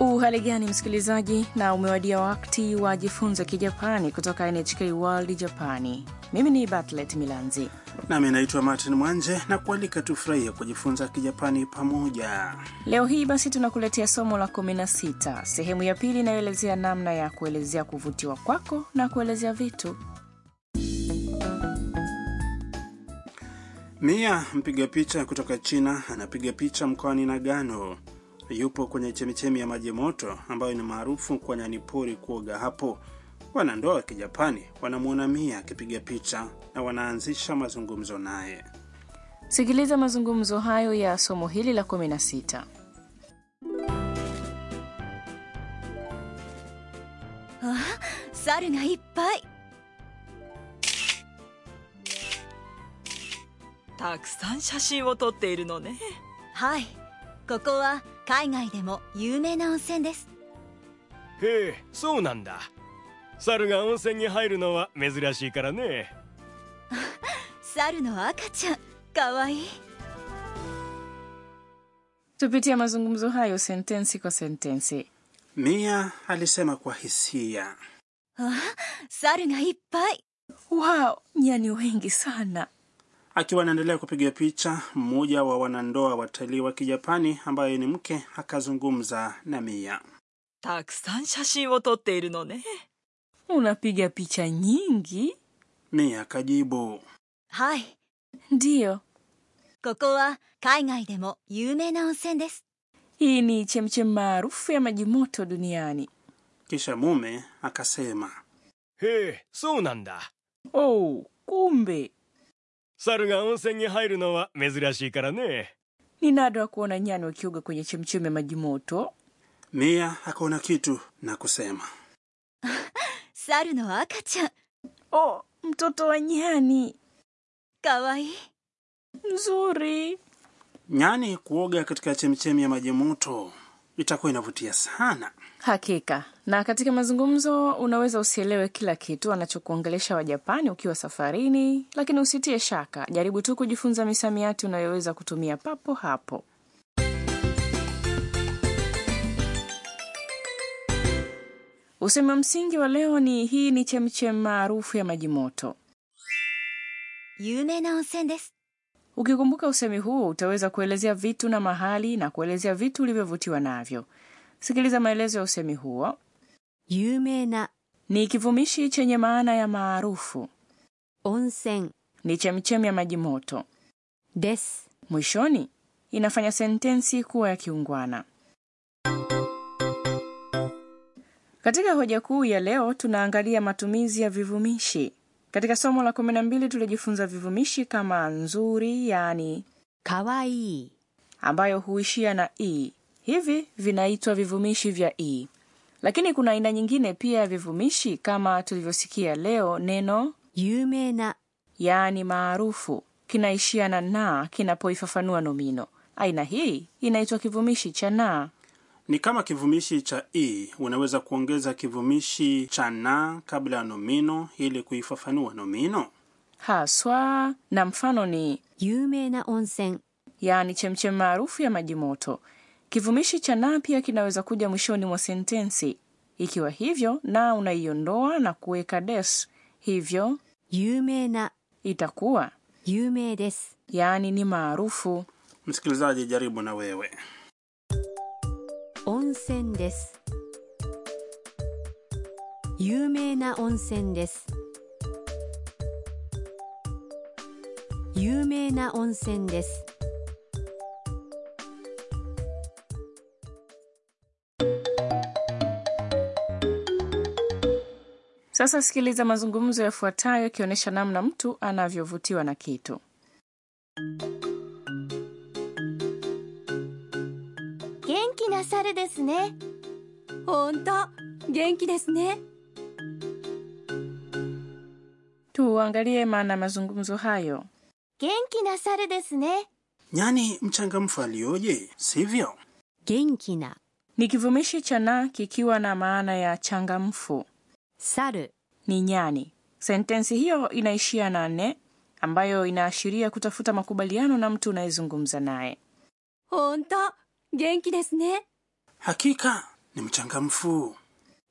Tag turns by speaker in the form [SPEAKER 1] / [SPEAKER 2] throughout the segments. [SPEAKER 1] Uhali gani msikilizaji, na umewadia wakati wa jifunze Kijapani kutoka NHK World Japani. Mimi ni Batlet Milanzi
[SPEAKER 2] nami naitwa Martin Mwanje na kualika tufurahia kujifunza Kijapani pamoja.
[SPEAKER 1] leo hii. Basi tunakuletea somo la 16 sehemu ya pili inayoelezea namna ya kuelezea kuvutiwa kwako na kuelezea vitu.
[SPEAKER 2] Mia mpiga picha kutoka China anapiga picha mkoani Nagano. Yupo kwenye chemichemi ya maji moto ambayo ni maarufu kwa nyani-pori kuoga hapo. Wanandoa wa Kijapani wanamwona Mia akipiga picha na wanaanzisha mazungumzo naye.
[SPEAKER 1] Sikiliza mazungumzo hayo ya somo hili la 16.
[SPEAKER 3] 猿がいっぱい
[SPEAKER 4] たくさん写真を撮っているのね
[SPEAKER 3] はいここは海外でも有名な温泉です
[SPEAKER 5] へえそうなんだ猿が温泉に入るのは珍しいからね
[SPEAKER 3] 猿の赤ちゃんかわいい
[SPEAKER 1] Tupitia mazungumzo hayo sentensi kwa sentensi.
[SPEAKER 2] Mia alisema kwa hisia.
[SPEAKER 3] 猿がいっぱい
[SPEAKER 1] Wow, nyani wengi sana.
[SPEAKER 2] Akiwa anaendelea kupiga picha, mmoja wa wanandoa watalii wa Kijapani ambaye ni mke akazungumza na Mia.
[SPEAKER 4] たくさん写真を撮っているのね
[SPEAKER 1] Unapiga picha nyingi?
[SPEAKER 2] Mia akajibu,
[SPEAKER 3] はい
[SPEAKER 1] Ndiyo,
[SPEAKER 3] ここは海外でも有名な温泉です
[SPEAKER 1] hii ni chemchem maarufu ya maji moto duniani.
[SPEAKER 2] kisha mume akasema,
[SPEAKER 5] へえそうなんだ
[SPEAKER 1] Oh, kumbe
[SPEAKER 5] 猿が温泉に入るのは珍しいからね
[SPEAKER 1] ni nadra kuona nyani wakioga kwenye chemchemi ya maji moto.
[SPEAKER 2] Mia akaona kitu na kusema,
[SPEAKER 3] 猿の赤ちゃん
[SPEAKER 1] Oh, mtoto wa nyani
[SPEAKER 3] かわいい
[SPEAKER 1] mzuri.
[SPEAKER 2] nyani kuoga katika chemchemi ya maji moto itakuwa inavutia sana.
[SPEAKER 1] Hakika. Na katika mazungumzo unaweza usielewe kila kitu anachokuongelesha Wajapani ukiwa safarini, lakini usitie shaka, jaribu tu kujifunza misamiati unayoweza kutumia papo hapo. Usemi wa msingi wa leo ni hii ni chemchem maarufu ya maji moto.
[SPEAKER 3] 有名な温泉です
[SPEAKER 1] Ukikumbuka usemi huo utaweza kuelezea vitu na mahali na kuelezea vitu ulivyovutiwa navyo. Sikiliza maelezo ya usemi huo.
[SPEAKER 3] 有名な
[SPEAKER 1] Ni kivumishi chenye maana ya maarufu,
[SPEAKER 3] 温泉
[SPEAKER 1] ni chemchemi ya maji moto.
[SPEAKER 3] です
[SPEAKER 1] Mwishoni inafanya sentensi kuwa ya kiungwana. Katika hoja kuu ya leo tunaangalia matumizi ya vivumishi. Katika somo la 12 tulijifunza vivumishi kama nzuri, yaani
[SPEAKER 3] かわいい
[SPEAKER 1] ambayo huishia na e. Hivi vinaitwa vivumishi vya e, lakini kuna aina nyingine pia ya vivumishi kama tulivyosikia leo. Neno
[SPEAKER 3] 有名な
[SPEAKER 1] yaani maarufu kinaishia na na kinapoifafanua nomino. Aina hii inaitwa kivumishi cha na.
[SPEAKER 2] Ni kama kivumishi cha i, unaweza kuongeza kivumishi cha na kabla ya nomino ili kuifafanua nomino.
[SPEAKER 1] Haswa na mfano ni
[SPEAKER 3] 有名な温泉
[SPEAKER 1] yaani chemchem maarufu ya maji moto. Kivumishi cha na pia kinaweza kuja mwishoni mwa sentensi. Ikiwa hivyo, na unaiondoa na kuweka des, hivyo
[SPEAKER 3] 有名な
[SPEAKER 1] itakuwa
[SPEAKER 3] 有名です
[SPEAKER 1] yaani ni maarufu.
[SPEAKER 2] Msikilizaji, jaribu na wewe.
[SPEAKER 3] 温泉です有名な温泉です有名な温泉です
[SPEAKER 1] Sasa sikiliza mazungumzo yafuatayo yakionyesha namna mtu anavyovutiwa na kitu.
[SPEAKER 3] 元気な猿ですね本当元気ですね
[SPEAKER 1] Tuangalie maana ya mazungumzo hayo.
[SPEAKER 3] 元気な猿ですね
[SPEAKER 2] Nyani mchangamfu alioje, sivyo?
[SPEAKER 3] 元気な
[SPEAKER 1] Ni kivumishi cha na kikiwa na maana ya changamfu,
[SPEAKER 3] 猿
[SPEAKER 1] ni nyani. Sentensi hiyo inaishia na ne, ambayo inaashiria kutafuta makubaliano na mtu unayezungumza naye.
[SPEAKER 3] 本当元気ですね
[SPEAKER 2] Hakika ni mchangamfu.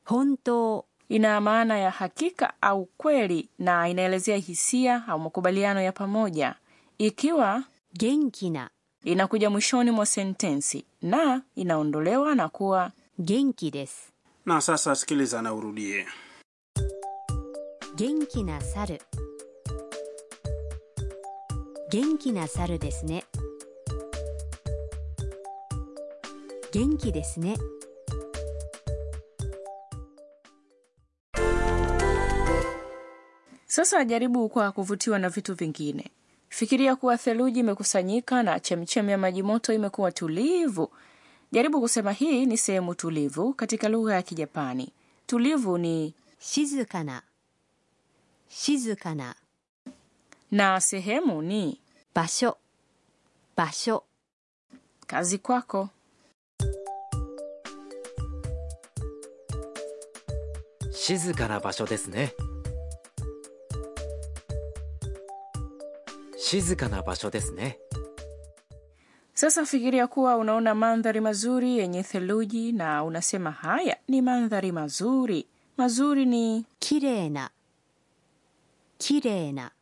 [SPEAKER 6] 本当
[SPEAKER 1] ina maana ya hakika au kweli na inaelezea hisia au makubaliano ya pamoja ikiwa
[SPEAKER 6] 元気な
[SPEAKER 1] inakuja mwishoni mwa sentensi na inaondolewa na kuwa
[SPEAKER 6] 元気です
[SPEAKER 2] Na sasa sikiliza na urudie.
[SPEAKER 6] 元気な猿元気な猿ですね元気ですね
[SPEAKER 1] sasa jaribu kwa kuvutiwa na vitu vingine fikiria kuwa theluji imekusanyika na chemchemi ya maji moto imekuwa tulivu jaribu kusema hii ni sehemu tulivu katika lugha ya kijapani tulivu ni
[SPEAKER 6] 静かな静かな
[SPEAKER 1] na sehemu ni
[SPEAKER 6] 場所場所
[SPEAKER 1] kazi kwako
[SPEAKER 7] 静かな場所ですね静かな場所ですね
[SPEAKER 1] Sasa fikiria kuwa unaona mandhari mazuri yenye theluji na unasema haya ni mandhari mazuri. Mazuri ni
[SPEAKER 6] きれいなきれいな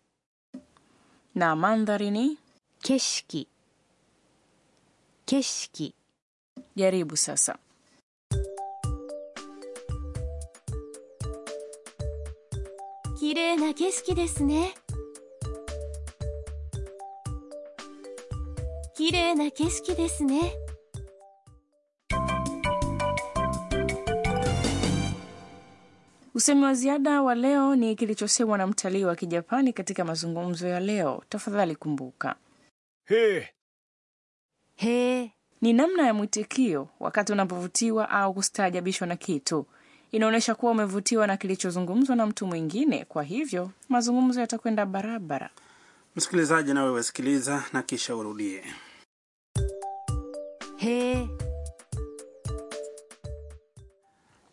[SPEAKER 1] na mandhari ni
[SPEAKER 6] 景色景色
[SPEAKER 1] jaribu sasa.
[SPEAKER 3] 綺麗な景色ですね綺麗な景色ですね
[SPEAKER 1] Usemi wa ziada wa leo ni kilichosemwa na mtalii wa Kijapani katika mazungumzo ya leo. Tafadhali kumbuka,
[SPEAKER 5] へえ
[SPEAKER 6] へえ
[SPEAKER 1] ni namna ya mwitikio wakati unapovutiwa au kustaajabishwa na kitu. Inaonyesha kuwa umevutiwa na kilichozungumzwa na mtu mwingine, kwa hivyo mazungumzo yatakwenda barabara.
[SPEAKER 2] Msikilizaji, nawe wasikiliza na kisha urudie.
[SPEAKER 6] へえ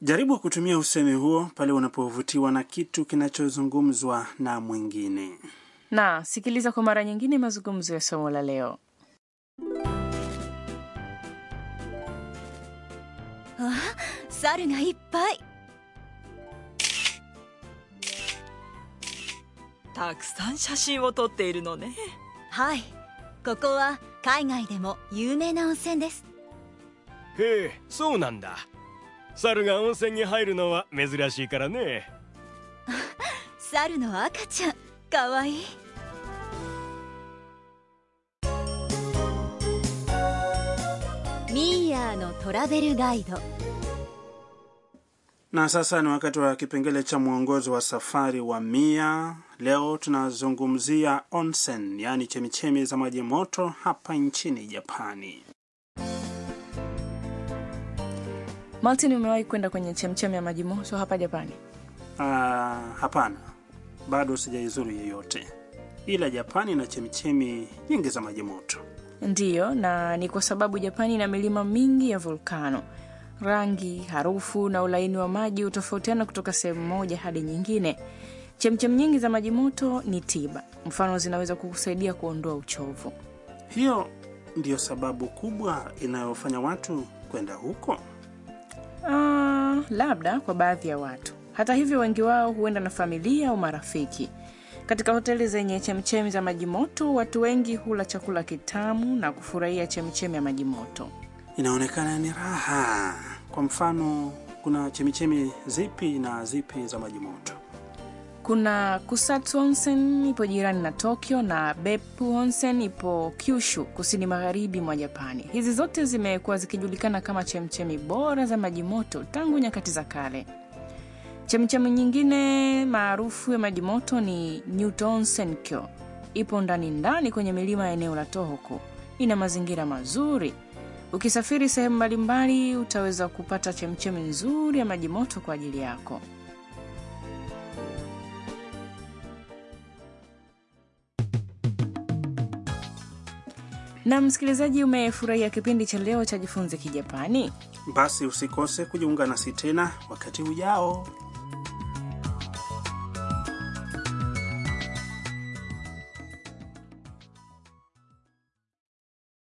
[SPEAKER 2] Jaribu kutumia usemi huo pale unapovutiwa na kitu kinachozungumzwa na mwingine.
[SPEAKER 1] na sikiliza kwa mara nyingine mazungumzo ya somo la leo
[SPEAKER 3] 猿がいっぱい
[SPEAKER 4] たくさん写真を撮っているのね
[SPEAKER 3] はいここは海外でも有名な温泉です
[SPEAKER 5] へえそうなんだ猿が温泉に入るのは珍しいからね
[SPEAKER 3] 猿の赤ちゃんかわいいミーヤーのトラベルガイド
[SPEAKER 2] Na sasa ni wakati wa kipengele cha mwongozo wa safari wa Mia. Leo tunazungumzia onsen, yaani chemichemi za maji moto hapa nchini Japani.
[SPEAKER 1] martin umewahi kwenda kwenye chemchemi ya maji moto hapa japani
[SPEAKER 2] Ah, hapana, bado sijaizuru yeyote, ila Japani ina chemichemi nyingi za maji moto.
[SPEAKER 1] ndiyo na ni kwa sababu japani ina milima mingi ya volkano rangi harufu na ulaini wa maji hutofautiana kutoka sehemu moja hadi nyingine chemchem nyingi za maji moto ni tiba mfano zinaweza kukusaidia kuondoa uchovu
[SPEAKER 2] Hiyo ndiyo sababu kubwa inayofanya watu kwenda huko.
[SPEAKER 1] Ah, labda kwa baadhi ya watu. Hata hivyo, wengi wao huenda na familia au marafiki. Katika hoteli zenye chemchemi za maji moto, watu wengi hula chakula kitamu na kufurahia chemchemi ya maji moto.
[SPEAKER 2] Inaonekana ni raha. Kwa mfano, kuna chemichemi zipi na zipi za maji moto?
[SPEAKER 1] Kuna Kusatsu Onsen ipo jirani na Tokyo na Beppu Onsen ipo Kyushu, kusini magharibi mwa Japani. Hizi zote zimekuwa zikijulikana kama chemchemi bora za maji moto tangu nyakati za kale. Chemchemi nyingine maarufu ya maji moto ni Newton Onsenkyo. Ipo ndani ndani kwenye milima ya eneo la Tohoku. Ina mazingira mazuri. Ukisafiri sehemu mbalimbali utaweza kupata chemchemi nzuri ya maji moto kwa ajili yako. Na msikilizaji, umefurahia kipindi cha leo cha Jifunze Kijapani?
[SPEAKER 2] Basi usikose kujiunga nasi tena wakati ujao.